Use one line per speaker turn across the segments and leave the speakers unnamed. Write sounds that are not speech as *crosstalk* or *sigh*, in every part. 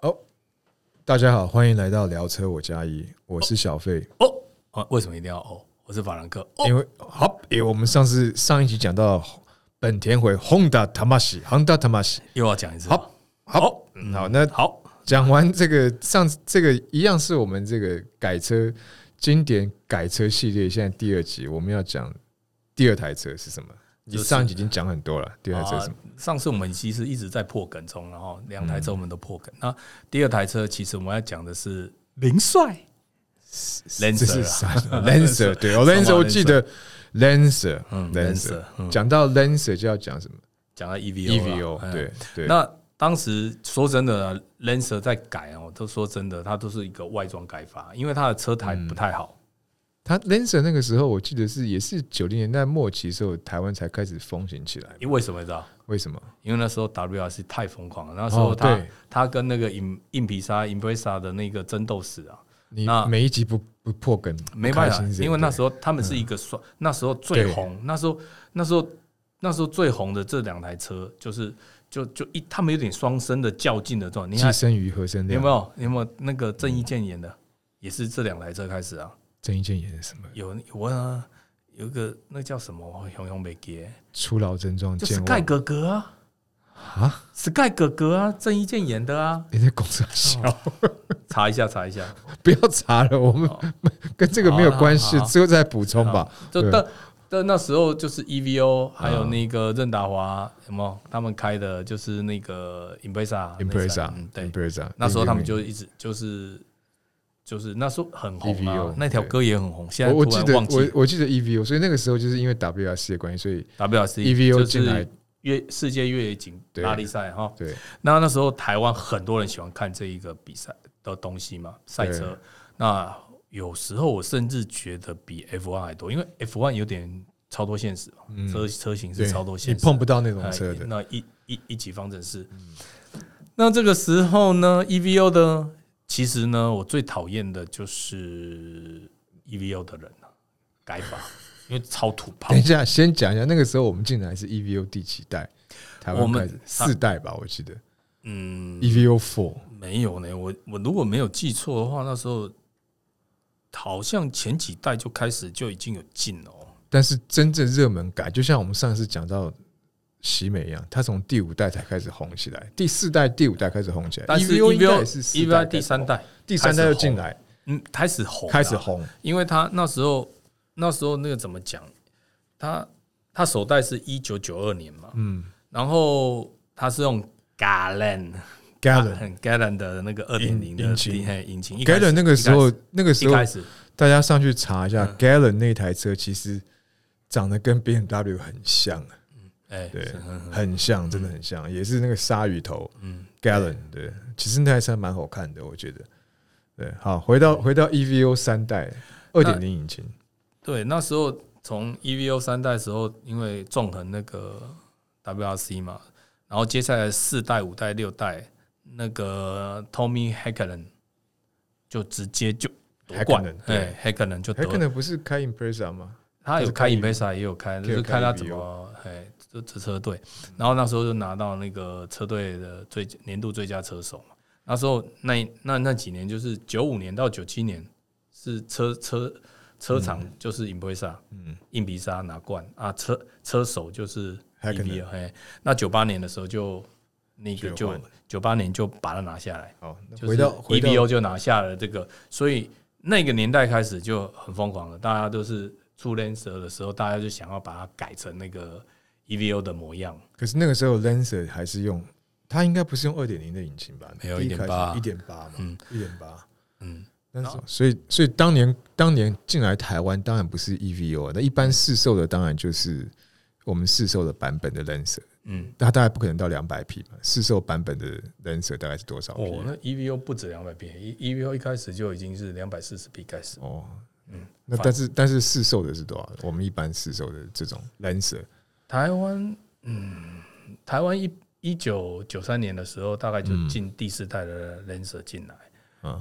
好，大家好，欢迎来到聊车我加一，我是小费。
哦，啊，为什么一定要哦？我是法兰克。哦，
因为好，因为我们上次上一集讲到本田回 Honda Tamashi Honda Tamashi，
又要讲一次。
好，好
好，
嗯好，那
好，
讲完这个上次这个一样是我们这个改车经典改车系列，现在第二集我们要讲第二台车是什么？你
就是
上一集已经讲很多了，第二台车是什么？
啊上次我们其实一直在破梗中，然后两台车我们都破梗。那第二台车其实我们要讲的是凌帅 Lancer
这是
啊
啥？Lancer 对，哦，Lancer 我记得 Lancer，嗯
嗯
，Lancer
Lancer，。嗯
讲到 Lancer 就要讲什么
讲到 EVO 啦
EVO，
嗯
E 对对。
那当时说真的啊，Lancer 在改哦，都说真的，它都是一个外装改法，因为它的车台不太好。
他 Lancer 那个时候我记得是也是九零年代末期的时候，台湾才开始风行起来。
因为为什么你知道？
为什么？
因为那时候 WRC 太疯狂了，那时候
哦
他、
对
他跟那个硬硬皮沙 Impresa 的那个争斗史啊，
你
那
每一集不不破梗，
没办
不
法
开心，是
因为那
对嗯
时候他们是一个双，那时候最
对
红，那时候那时候那时候最红的这两台车，就是就就一他们有点双生的较劲的状态。你
寄
看
生于和生
你
亮
有没有你有没有那个
嗯
郑伊健演的，也是这两台车开始啊？
郑伊健演的什么？
有有啊，有一个那叫什么熊熊北杰，
初老症状
就是
健
盖
忘
哥哥啊
啊！
，Sky 哥哥啊，郑伊健演的啊，
你在公司笑，
*laughs* 查一下查一下。
不要查了，我们
好
*laughs* 跟这个没有关系
哦好好，好
之后再补充吧。
就
对啊
但但那时候就是 EVO，还有那个任达华，什么他们开的就是那个 Impresa 那一台嗯，对，
Impresa，
那时候他们就一直就是就是那时候很红
EVO
啊，那条歌也很红，现在
我我
突
记
然
得
忘
我
记
我记得 EVO，所以那个时候就是因为 WRC 的关系，所以
WRC
EVO
就
E 进来
是越世界越野锦
对
拉力赛哈，
对
那那时候台湾很多人喜欢看这一个比赛的东西嘛，赛
对
车。那有时候我甚至觉得比 F1 还多，因为 F1 有点超脱现实嘛，车车型
嗯对
是超脱
你
现实的，
碰不到那种车
哎
的。嗯
那一一一级方程式。那这个时候呢，EVO 的其实呢，我最讨厌的就是 EVO 的人了、改法，因为超土炮
等一。下，先讲一下那个时候我们进来是 EVO 第几代？台
我
湾
们
开始四代吧，我记得
嗯，
EVO Four。
没有呢，我我如果没有记错的话，那时候好像前几代就开始就已经有进了哦。
但是真正热门改，就像我们上次讲到喜美一样，它从第五代才开始红起来，第四代、第五代开始红起来。
但是 E
EVO E 应该
EVO
也是四代
EVO 第三代，
第三代就进来，
嗯，开始红，啊
开始，红。
因为他那时候那时候那个怎么讲，他他首代是一九九二年嘛，
嗯
然后他是用 Galen
，Galen。
*laughs* Galen 的那个二点零的
引擎
嘿引擎一开始
Galen 那个时候
一开始，
那个时
一
候
开始嗯
大家上去查一下，Galen 那台车其实长得跟 B M W 很像，
哎
对
是嗯，
很像，真的很像，也是那个鲨鱼头。
嗯
Gallon，对，其实那台车蛮好看的，我觉得。对，好，回到回到 EVO 三代二点零引擎，
对，那时候从 EVO 三代时候，因为纵横那个 WRC 嘛，然后接下来四代、五代、六代，那个 Tommy h a c k e n 就直接就夺冠
Häkkinen，，对
哎 h a c k e n 就
还可
得，
能不是开 Impresa 吗？
他有开
有开
Impresa 也有开，就
有
是
开
看他
EVO
怎么哎这这车队，然后那时候就拿到那个车队的最佳年度最佳车手嘛。那时候那那那几年就是九五年到九七年是车车车厂就是 Impresa，
嗯，
硬皮沙拿冠啊，车车手就是
还可
EV
能。
了。嘿，那九八年的时候就那个
就有
就
换
九八年就把它拿下来，
好，那
就是 E
回到回到
EVO 就拿下了这个，所以那个年代开始就很疯狂了，大家都是出 Lancer 的时候，大家就想要把它改成那个 EVO 的模样，
可是那个时候 Lancer 还是用，它应该不是用二点零的引擎吧？
没有
一
1.8
点八嘛，
嗯
一点八。
嗯，
但是所以所以当年当年进来台湾当然不是 EVO，啊那一般市售的当然就是我们市售的版本的 Lancer，
嗯，
它大概不可能到两百匹嘛，市售版本的 Lancer 大概是多少匹？
哦，那 EVO 不止两百匹，EVO E 一开始就已经是两百四十匹开始，
哦，
嗯，
那
反
但是但是市售的是多少？我们一般市售的这种 Lancer
台湾，嗯，台湾一一九九三年的时候，大概就进第四代的 Lancer 进来。
嗯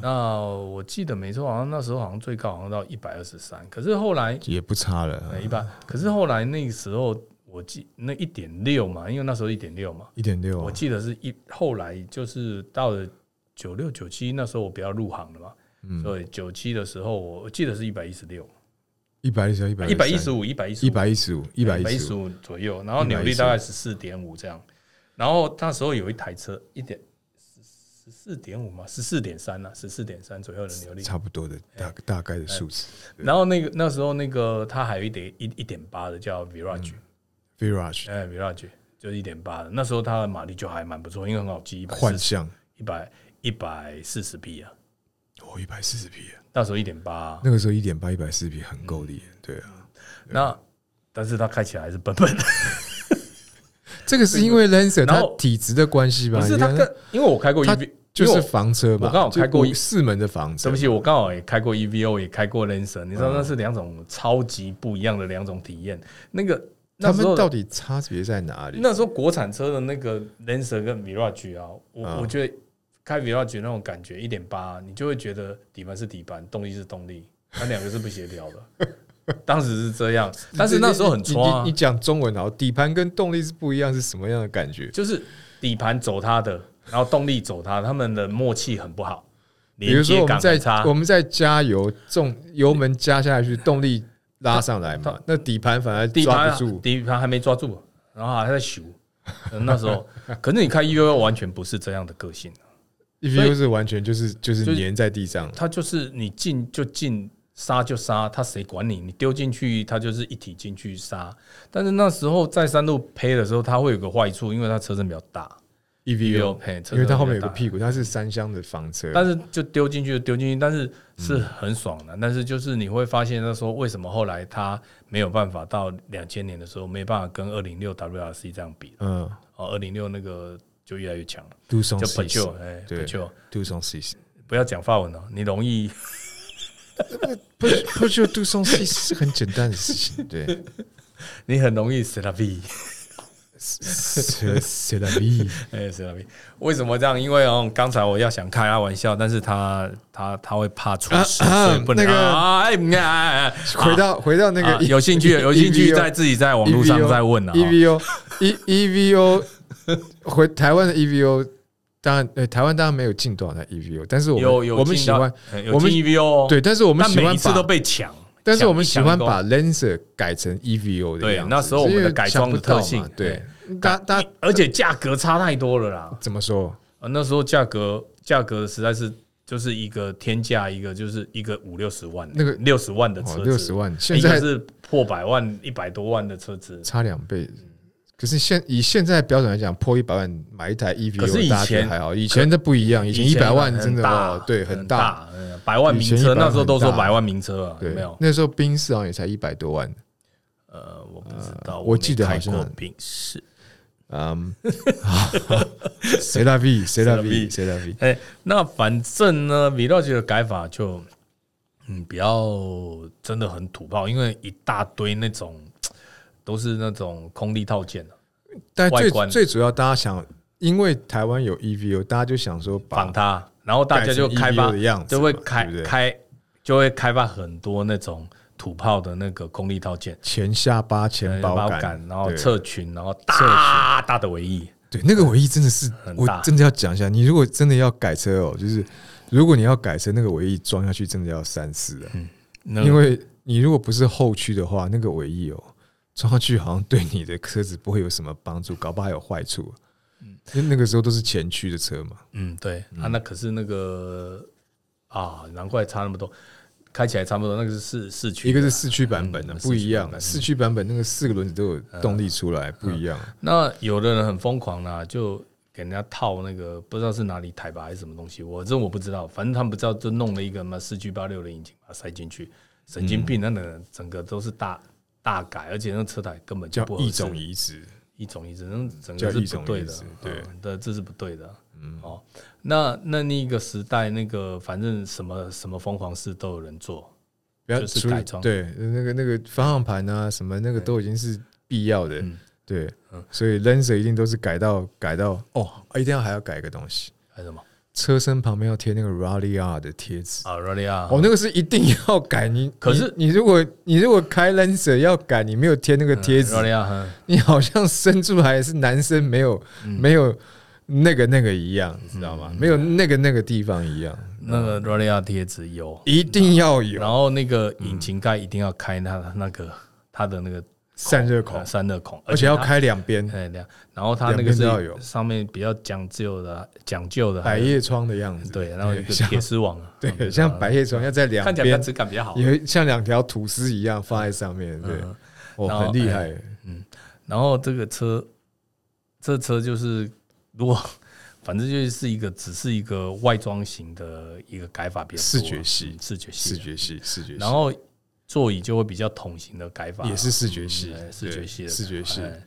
那我记得没错，好像那时候好像最高好像到一百二十三，可是后来
也不差了，
一般，可是后来那个时候我记那一点六嘛，因为那时候一点六嘛，
一点六啊
我记得是一后来就是到了九六九七那时候我比较入行了嘛，所以九七的时候我记得是一百一十六、
一百一十、一百
一百一十五、一百一十
一百一十五、一百
一
一
十
十五，
五左右，然后扭力大概十四点五这样。然后那时候有一台车一点十四点五嘛，十四点三呐，十四点三左右的扭力。
差不多的
哎
大大概的数字。
然后那个那时候那个它还有一点一一点八的叫 Virage，
Virage
哎 Virage 就是一点八的。那时候它的马力就还蛮不错，因为很好记，一百
幻象，
一百一百四十匹啊，
哦，一百四十匹啊，
那时候一点八。
那个时候一点八、一百四十匹
嗯
很够力，对啊。
那但是它开起来还是笨笨的，
这个是因为 Lancer
嗯然
它
后
体质的关系吧？
不是
你
它
看
跟因为我开过
啊它
EV，
就
因为
是
我
房车吧？
我刚好开过
就五四门的房车
对不，起，我刚好也开过 EVO，也开过 Lancer，你
嗯
知道那是两种超级不一样的两种体验。那个
他
那时
们
候
到底差别在哪里？
那时候国产车的那个 Lancer 跟 Mirage 啊，我、
嗯
我觉得开 Mirage 那种感觉一点八，你就会觉得底盘是底盘，动力是动力，它两个是不协调的。 *laughs* 当时是这
*laughs*
样，但是那时候很
你
抓啊、
你你讲中文好，底盘跟动力是不一样，是什么样的感觉？
就是底盘走它的，然后动力走它，他们的默契很不好，
比如说
连接
我们
感很
在
差
我。们在加油，重油门加下去，动力拉上来嘛，那底盘反而
底
抓
盘
不
啊
住。
底盘还没抓住，然后还在修。呃那时候，可是你看 E U 完全不是这样的个性，所
EVO ，E 是完全就是就是
就是
粘在地上，
它就是你进就进，杀就杀，它谁管你？你丢进去，它就是一体进去杀。但是那时候在山路胚的时候，它会有个坏处，因为它车身比较大 E
EVO，
胚，车
，E
身
因为它后面有
比
个
较大
屁股，它是三厢的房车，
但是就丢进去就丢进去，但是是很爽的。但是就是你会发现，他说为什么后来他没有办法到两千年的时候，没办法跟二零六 WRC 这样比
嗯
哦，二零六那个就越来越强了，
，Do some
叫 p
s
a c
e
o 哎 p
对
a c o
d o some season，
不要讲法文哦，你容易
不是不就 do some season *laughs* 是很简单的事情，对
*laughs* 你很容易 s e l a v i
，c'est c'est la vie，
哎 s e l a v i 为什么这样？因为哦，刚才我要想开他玩笑，但是他他他会怕出事，
啊
所以不能
那个
啊哎哎，哎
回到回到那
啊
个，E
有兴趣有兴趣
EVO
再自己在网络
E
上再问啊。哦
EVO E EVO 回台湾的 EVO，当然，呃，台湾当然没有进多少台 EVO，但是我
有
们
有
我们
进
喜
到
欢
哎有
我们
进 EVO，哦
对，，但是我们
但
喜
每
欢
一次都
把，
被抢，
但是
抢
我们喜欢。
抢一
把 Lancer 改成 EVO 的
对
样子
那时候我们的
因为
改装的
想不到
特性哎
嘛对，大
个
大家
而且价格差太多了啦！
怎么说？
啊，那时候价格价格实在是就是一个天价，一个就是一个五六十万，
那个
六十万的车
哦，
子，
六十万，现
一个
在
是破百万、一百多万的车子。
差两倍。可是现以现在标准来讲，破一百万买一台 EVO，
可是以前
大家觉得还好，以前的不一样，以前一百万真的
大
哦，，对，很
很
大，，
嗯百万名
以前
车
100
那时候都说
很大
百万名车啊，有
对
没有，？
那时候宾士好像也才一百多万，
呃，我不知道，
我记得
没
好
开
像
过宾士。
嗯，谁拉 V 谁拉 V 谁拉 V，
哎、那反正呢，Vlog 的改法就，嗯，比较真的很土炮，因为一大堆那种都是那种空力套件啊
但
外
最
观
最主要大家想，因为台湾有 EVO，大家就想说把
仿它，然后大家就
改
开发
成 EVO 的样子嘛
就会开
对不对
开就会开发很多那种土炮的那个空力套件，呃
前下巴、前包
包
感，
然后
对
侧裙，然后大大的尾翼，
对那个尾翼真的是，
很
我
大
真的要讲一下，你如果真的要改车哦，就是如果你要改车，那个尾翼装下去真的要三思啊，
嗯那
因为你如果不是后驱的话，那个尾翼哦装上去好像对你的车子不会有什么帮助，搞不好还有坏处。因为那个时候都是前驱的车嘛，
嗯，对啊，那可是那个啊，难怪差那么多，开起来差不多，那个是四四驱
一
的
个
啊，
是四驱版本的、
嗯
不一样啊
四驱版。本嗯啊
四驱版本那个四个轮子都有动力出来，不一样。
那有的人很疯狂啦、就给人家套那个不知道是哪里台吧还是什么东西，我这我不知道，反正他们不知道就弄了一个什么四驱八六的引擎把它塞进去，神经
嗯
病，那个整个都是大大改，而且那车台根本就
叫
不合
一
适
种移植，
一种意思，那整
叫
个
一
是
种
不对
意
的嗯
思，对
对的，这是不对的。嗯，哦，那那那一个时代，那个反正什么什么疯狂事都有人做，
不要
就是
处理
改装
对那个那个方向盘啊什么那个都已经是必要的
嗯。
对
嗯，
所以 Lancer 一定都是改到改到哦，一定要还要改一个东西，
还有什么
车身旁边要贴那个 Rally R 的贴纸。
啊，热利亚，
哦，那个是一定要改。你
可是
你你如果你如果开 Lancer 要改，你
嗯
没有贴那个贴纸
热，利亚，哼嗯
你好像生出来是男生，没有没有那个那个一样，你知道吗？没有那个那个地方一样，
那个 r a l i a 贴纸有，
一定要有
然后那个引擎盖一定要开它的那个它的那个
散热孔
呃，散热孔，
而且要
它
开两边，
哎两，然后它
两
那个
边
是
都要有
上面比较讲究的讲究的，
百
还有
叶窗的样子，
对，然后有一个
像
铁丝网啊，
对，像百叶窗要在两
嗯看起来它
边，
质感比较好。嗯
有像两条吐司一样放在上面，对，哦，
然后哎
很厉害，
然后这个车，这车就是如果 *laughs* 反正就是一个只是一个外装型的一个改法比较
视
多
觉系
嗯视觉系
视，觉系，视觉系，
然后座椅就会比较桶型的改法，
也是视觉系
嗯，视觉系
对
的
视觉系，
哎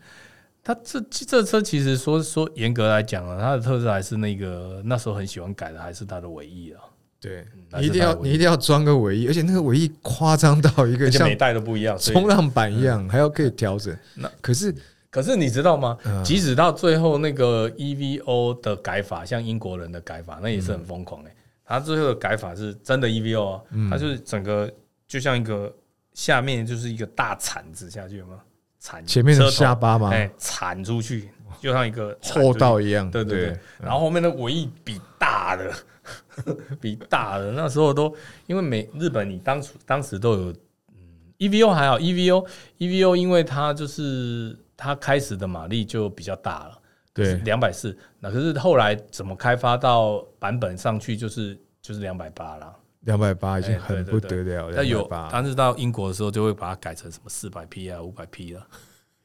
它这这车其实说说严格来讲啊，它的特色还是那个那时候很喜欢改的，还是它的尾翼啊，
对
嗯
你一定要
还是大尾
你一定要装个尾翼，而且那个尾翼夸张到一
而
个
且
像
每代都不一样。所以
冲浪板一样，还要可以调整
嗯那。
可是
可是你知道吗？
嗯
即使到最后那个 EVO 的改法，像英国人的改法，那也是很疯狂哎、他最后的改法是真的 EVO 啊，
嗯
它就是整个就像一个下面就是一个大铲子下去吗？铲
前面的
车头
下巴嘛，
哎铲出去，就像一个铲出去
厚道一样，
对对对，然后后面的尾翼比大的， *laughs* 比大的，那时候都因为美日本你当初当时都有，嗯，EVO 还好，EVO EVO E 因为它就是它开始的马力就比较大了，
对
两百四，那可是后来怎么开发到版本上去就是就是两百八啦，
两百八已经
哎
很
对
不
对
得
对
了，
但有啊
八，
但是到英国的时候就会把它改成什么四百 P 啊五百 P 啊，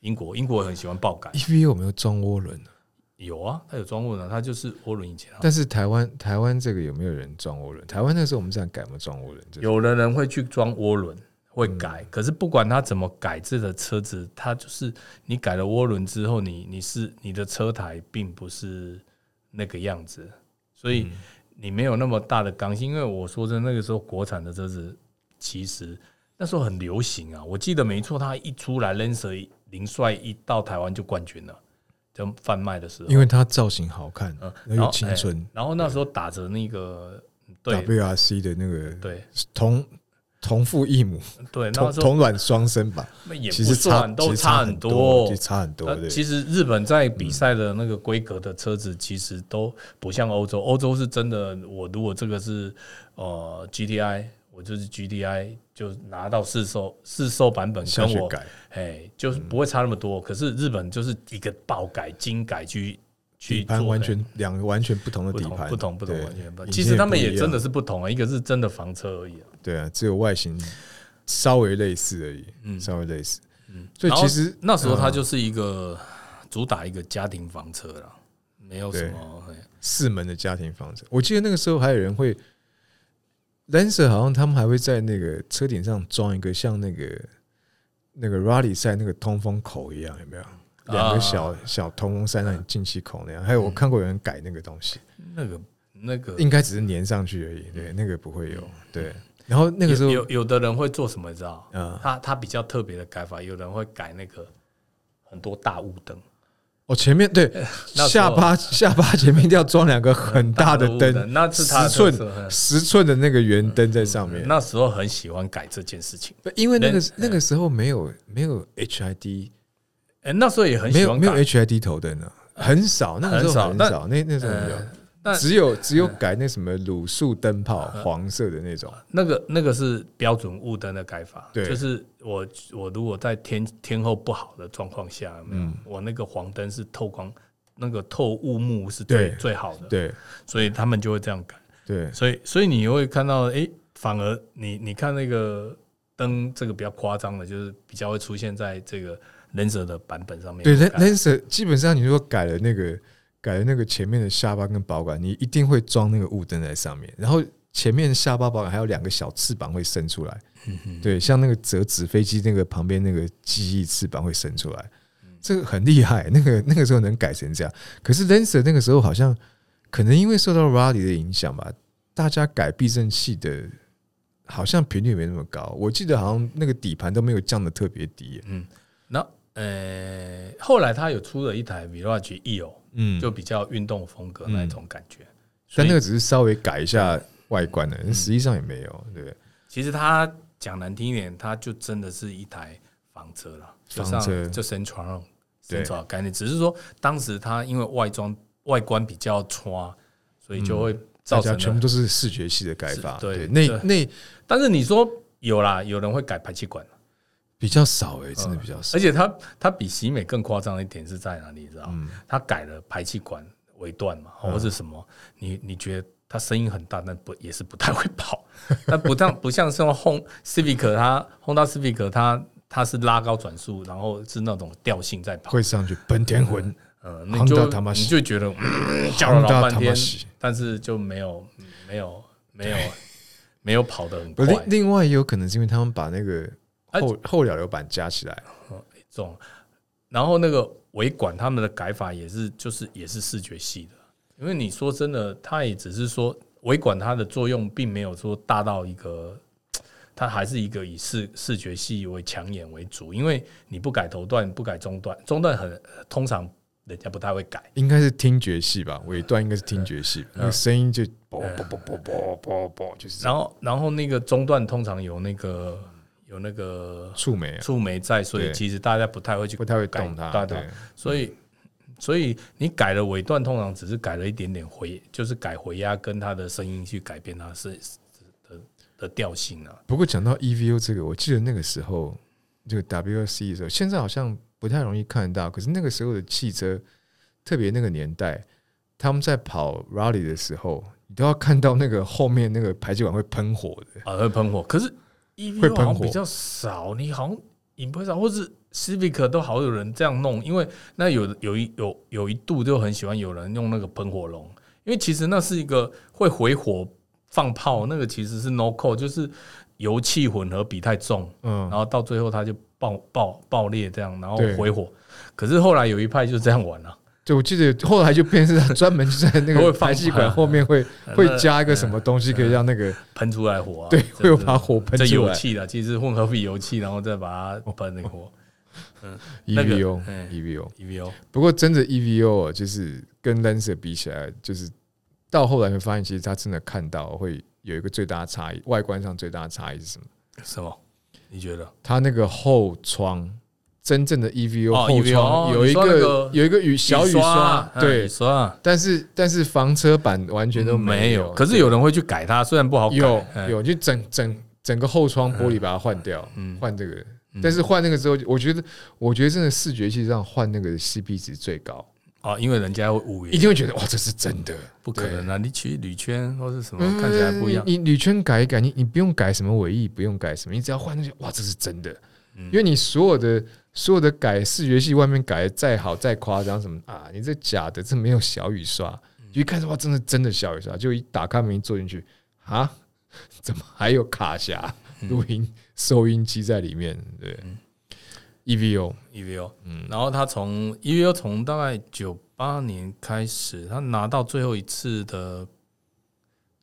英国英国很喜欢爆改，
E V 有没有装涡轮啊？
有啊，它有装涡轮啊，它就是涡轮引擎啊。
但是台湾台湾这个有没有人装涡轮？台湾那时候我们这样改吗？装涡轮，
有的人会去装涡轮，会改。
嗯
可是不管他怎么改这个车子，它就是你改了涡轮之后，你你是你的车台并不是那个样子，所
嗯
以你没有那么大的刚性。因为我说真的，那个时候国产的车子其实那时候很流行啊。我记得没错，它一出来，Lancer 林帅一到台湾就冠军了，就贩卖的时候。
因为它造型好看，
然
然
后
后青春
哎然后那时候打着那个哦哎对
W R C 的那个
对
同同父异母，
对，哎那
同
时候
同卵双生吧，
那也
其
不
实差
算，
其
都
实
差
很
很多
其。实差很多。
呃
对，嗯
其实日本在比赛的那个规格的车子，其实都不像欧洲。欧洲是真的，我如果这个是呃 GTI，我就是 GTI 就拿到试售试售版本，
下
跟
去
我
改，
哎就是
嗯
不会差那么多。可是日本就是一个爆改、精改去去
底盘
做
完
的
全两个完全不同的
不
底
同，
盘，
不同不同
对
完全不
引
同。其
擎
实他们
不
也
一
真
样
的是不同啊，一个是真的房车而已啊。
对啊，只有外形稍微类似而已，
嗯
稍微类似。
嗯，
所以
然后
其实
那时候它就是一个主打一个家庭房车啦，没有什么嘿
四门的家庭房子，我记得那个时候还有人会，Lancer 好像他们还会在那个车顶上装一个像那个那个 Rally 赛那个通风口一样，有
啊
没有？两个小、小通风扇让你进气口那样。还有我看过有人改那个东西，
那个那个。
应该只是粘上去而已，对，那个不会有。对，然后那个时候
嗯有有有的人会做什么，你知道？
啊，
他他比较特别的改法，有人会改那个很多大雾灯，
我哦前面对
*laughs* 那时候
下巴下巴前面一定要装两个很大的
雾
灯，
那是他的
十寸
特色嗯嘿
十寸的那个圆灯在上面。
那时候很喜欢改这件事情，
不因为那个
人
那个时候没有没有 HID，
哎、那时候也很
没
喜
有
欢
没有
改，
HID 头灯呢，很少，那个时候
很少
很
但
少，那那时候没有
呃，嗯但
只有只有改那什么卤素灯泡，
嗯
黄色的那种，
那个那个是标准雾灯的改法，
对
就是我我如果在天天候不好的状况下，有没有、
嗯
我那个黄灯是透光，那个透雾幕是最
对
最好的，
对
所以他们就会这样改，
对，
所以所以你会看到，诶，反而你你看那个灯这个比较夸张的，就是比较会出现在这个 Lancer 的版本上面，
对
改
Lan-，Lancer 基本上你如果改了那个改了那个前面的下巴跟保杆，你一定会装那个雾灯在上面，然后前面下巴保杆还有两个小翅膀会伸出来，对，像那个折纸飞机那个旁边那个机翼翅膀会伸出来，这个很厉害。那个那个时候能改成这样，可是 Lancer 那个时候好像可能因为受到 Rally 的影响吧，大家改避震器的。好像频率没那么高，我记得好像那个底盘都没有降的特别低耶。
那呃，后来他有出了一台 Mirage EO，
嗯
就比较运动风格那一种感觉。所
但
以嗯
那个只是稍微改一下外观的，实际上也没有。对，
其实它讲难听一点，它就真的是一台房车了，就
房车
像就神床
对
神床概念，只是说当时它因为外装外观比较差，所以就会
嗯大
造成
家
了
全部都是视觉系的改法，
是对
那
对
那
但是你说有啦，有人会改排气管，
比较少哎、真的比较少
而。且它它比喜美更夸张的一点是在哪里？你知道吗，
嗯
它改了排气管尾段嘛，或者什么？你你觉得它声音很大，但不也是不太会跑， *laughs* 但不像不像像 Hon Civic 它 Honda Civic 它它是拉高转速，然后是那种调性在跑，
会上去本田
*laughs*
魂，
嗯，你就
Honda Tamashii
你就觉得、嗯、叫了老半天
Tamashii，
但是就没有嗯没有没有没有跑得很
不
快
另，另外也有可能是因为他们把那个
啊
后后扰流板加起来，
这种，然后那个尾管他们的改法也是，就是也是视觉系的，因为你说真的，它也只是说尾管它的作用并没有说大到一个，它还是一个以视视觉系为抢眼为主，因为你不改头段，不改中段，中段很通常人家不太会改，
应该是听觉系吧，尾段应该是听觉系，那个声音就啵啵啵啵啵啵啵，就是这样
然后然后那个中段通常有那个有那个
触媒啊，
触媒在，所以
对
其实大家不太会去
不太会
改
动它。
大家
对，
所
嗯
以所以你改了尾段，通常只是改了一点点回，就是改回压跟它的声音去改变它是的的调性啊。
不过讲到 EVO 这个，我记得那个时候这个 WRC 的时候，现在好像不太容易看到，可是那个时候的汽车，特别那个年代，他们在跑 Rally 的时候，你都要看到那个后面那个排气管会喷火的。
啊，会喷火，可是 EV
会喷火
好像比较少，你好像引不少，或是 Civic 都好有人这样弄，因为那有有一有有一度就很喜欢有人用那个喷火龙，因为其实那是一个会回火放炮，那个其实是 no call，就是油气混合比太重，
嗯
然，后到最后它就爆爆爆裂这样，然后
对
回火。可是后来有一派就这样玩了、啊
对，我记得后来就变成是专门就在那
*laughs* 会
个
放
排气管
火
后面会
呃
会加一个什么东西，可以让那个
喷出来火啊，
对
这
会有把火喷
这
出
油
来。哦
气的，其实混合比油气，然后再把它喷那个火。那个
EVO
嗯
EVO，
EVO
E 不过真的 EVO 啊就是跟 Lancer 比起来，就是到后来会发现，其实它真的看到会有一个最大的差异，外观上最大的差异是什么？
什么？你觉得？
它那个后窗，真正的 EVO 后
哦 EVO 哦
窗有一
你说那个
有一个雨小雨刷，
雨
对，
刷嗯
但是但是房车版完全都
没
有，
可是有人会去改它，虽然不好改，
有
嗯
有，就整整整个后窗玻璃把它换掉，
嗯
换这个。但是换那个之后，我觉得，我觉得真的视觉系上换那个 CP 值最高，
哦，因为人家会五
一
元，
定会觉得哇，这是真的，
不可能啊！你去铝圈或是什么
嗯
哦看起来不一样，
你你铝圈改一改，你你不用改什么尾翼，不用改什么，你只要换那些，哇，这是真的。
嗯
因为你所有的所有的改视觉系外面改的再好再夸张什么啊，你这假的，这没有小雨刷，
嗯
就一看说哇，真的真的小雨刷，就一打开门一坐进去啊， *laughs* 怎么还有卡匣
嗯
录音收音机在里面？对，EVO E
EVO，嗯，然后他从 EVO 从大概九八年开始，他拿到最后一次的，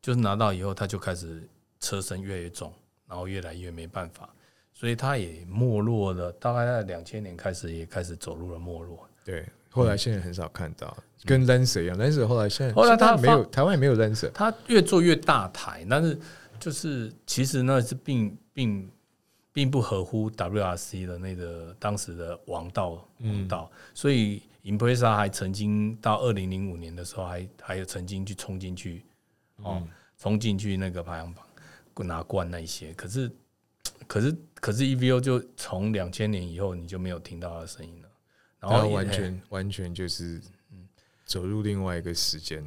就是拿到以后，他就开始车身越来越重，然后越来越没办法，所以他也没落了。大概在两千年开始，也开始走入了没落。
对，后来现在很少看到，跟 Lancer 一样，Lancer 后来现在
后来
现
它
在没有台湾也没有 Lancer，
他越做越大台，但是就是其实呢是并并并不合乎 WRC 的那个当时的王道
嗯
王道，所以 Impresa 还曾经到二零零五年的时候还还有曾经去冲进去
嗯
哦，冲进去那个排行榜拿冠那一些，可是可是可是 EVO 就从两千年以后你就没有听到他的声音了，然
然
后
后完
也
全完全就是嗯走入另外一个时间，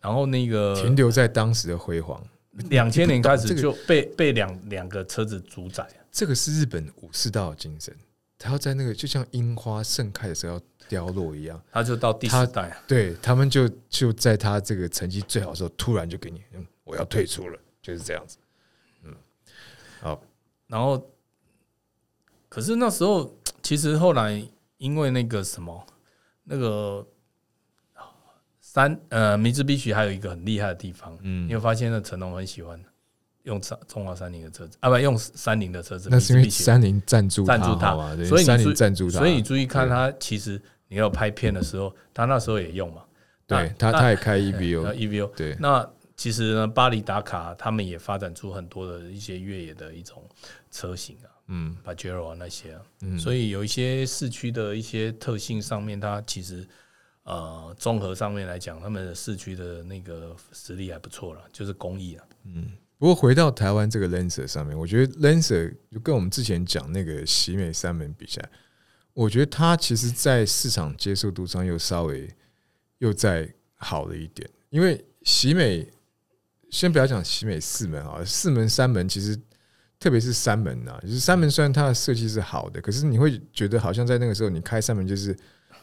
然后那个
停留在当时的辉煌。
两千年开
这
始
个
就被被两两个车子主宰。
这个是日本武士道的精神，他要在那个就像樱花盛开的时候要凋落一样，
他就到第
他
四代啊，
对他们就就在他这个成绩最好的时候，突然就给你，嗯，我要退出了，就是这样子。嗯
然后，可是那时候其实后来因为那个什么，那个三呃，明治必须还有一个很厉害的地方，
嗯
你有发现那成龙很喜欢用三中华三菱的车子啊，不用三菱的车子，
那是因为
Mitsubishi
三菱赞助
赞助
他
他
嘛，对
所以你
三
注
菱
意
赞助他，啊
所以你注意看他，其实你要拍片的时候，他那时候也用嘛，
对
那
他
那
他也开
*laughs* 呃
EVO，
EVO，
对
那其实呢，巴黎打卡他们也发展出很多的一些越野的一种车型啊，
嗯
p a j e r o 啊那些啊，
嗯，
所以有一些市区的一些特性上面，它其实呃综合上面来讲，他们的市区的那个实力还不错了，就是工艺啊。
不过回到台湾这个 Lancer 上面，我觉得 Lancer 就跟我们之前讲那个喜美三门比起来，我觉得它其实在市场接受度上又稍微又再好了一点，因为喜美先不要讲喜美四门啊，四门三门其实特别是三门啊，就是三门虽然它的设计是好的，可是你会觉得好像在那个时候你开三门就是。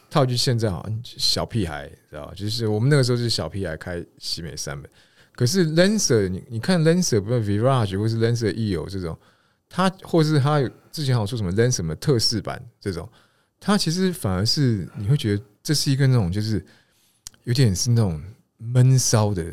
套句现在好像小屁孩，知道吧就是我们那个时候就是小屁孩开喜美三门，可是 Lancer，你你看 Lancer，不论 Virage 或是 Lancer E 有这种，它或是它有之前好像说什么 Lancer 什么特仕版这种，它其实反而是你会觉得这是一个那种就是有点是那种闷骚的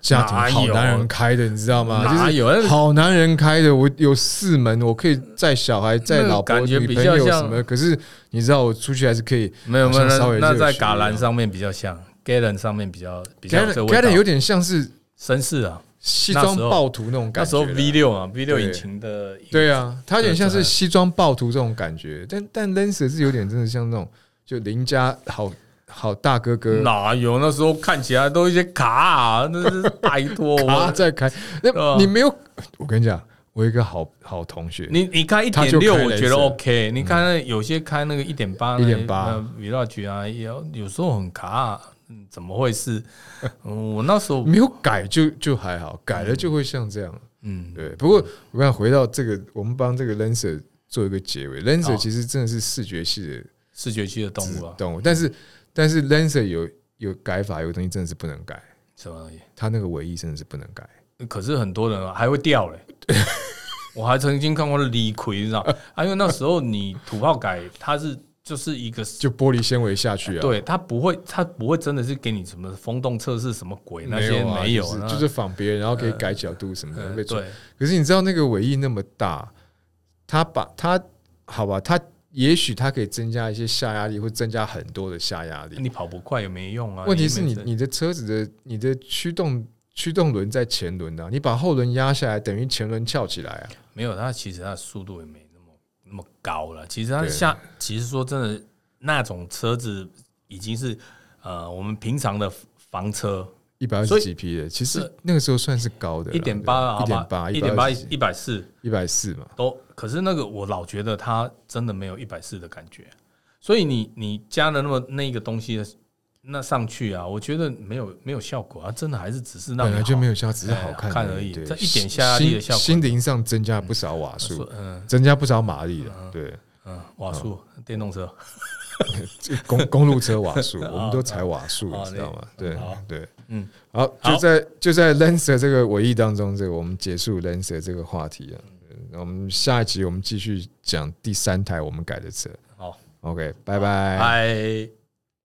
家庭
哪有啊
好男人开的，你知道吗？
哪
就是
有啊那
好男人开的，我有四门，我可以载小孩、载老婆、
那嗯感觉
女
比
朋
较
友
像
什么的。可是你知道，我出去还是可以
没有没有，
好像稍微
那那
热
在
血
嘎
一
兰
样
上面比较像 g a l a n 上面比较比较有这
Galen
味道
Galen 有点像是
绅士啊。
西
那
装
时候
暴徒那种
那
感觉
时
啦。
候 V 六啊，V 六
对
引擎的
对啊，它有点像是
对
西装暴徒这种感觉，但但 Lancer 是有点真的像那种就邻家好好大哥哥
哪有？那时候看起来都一些卡、啊，那是拜托
啊
我。
在开，
对
那
啊
你没有，我跟你讲，我有一个好好同学，
你你开一
他
点
就开
六，我觉
Lancer
得 OK。你看那有些开那个一点八、
1.8
Virage 啊，有有时候很卡、啊，嗯怎么会是？嗯我那时候
没有改就就还好，改了就会像这样。
嗯，
对，不过我刚回到这个，我们帮这个 Lancer 做一个结尾，Lancer
好
其实真的是视觉系的
视觉区的动物啊，
动物，但是但是 Lancer 有有改法，有东西真的是不能改，
什么东西？
它那个尾翼真的是不能改。
可是很多人还会掉嘞。我还曾经看过李逵，你知道？啊，因为那时候你土炮改，它是就是一个
就玻璃纤维下去啊，
对，它不会，它不会真的是给你什么风洞测试什么鬼那些
啊
没有
就是
那
就是仿别人，然后可以改角度什么的
呃
被抓。
对，
可是你知道那个尾翼那么大，它把它好吧，它也许它可以增加一些下压力，或增加很多的下压力。
你跑不快也没用啊。
问题是你
每次
你的车子的你的驱动驱动轮在前轮啊，你把后轮压下来，等于前轮翘起来啊。
没有它，其实它的速度也没那么那么高了。其实它
对
下，其实说真的，那种车子已经是呃我们平常的房车
一百二
所
十
以
几匹的，其实
是
那个时候算是高的啦，
一点八，啊
一点八，
一点八，
一
一百四
一百四嘛。
都。可是那个我老觉得它真的没有一百四的感觉，所以你你加了那么那一个东西的那上去啊，我觉得没有没有效果啊，真的还是只是让
本
你
来就
好
没有效，只是好
哎好看
而
而已
对
这一点下压力的效果
心心灵上增加不少瓦数
说，嗯
增加不少马力的，对，
嗯，瓦数
哦
电动车，
这 *laughs* 公公路车瓦
*laughs*
数，我们都踩瓦数，
哦
你知道吗？对
啊好
对，
嗯，
好，
好
就在就在 Lancer 这个尾翼当中，这个我们结束 Lancer 这个话题了。嗯我们下一集我们继续讲第三台我们改的车。
好，
OK，拜拜。
拜。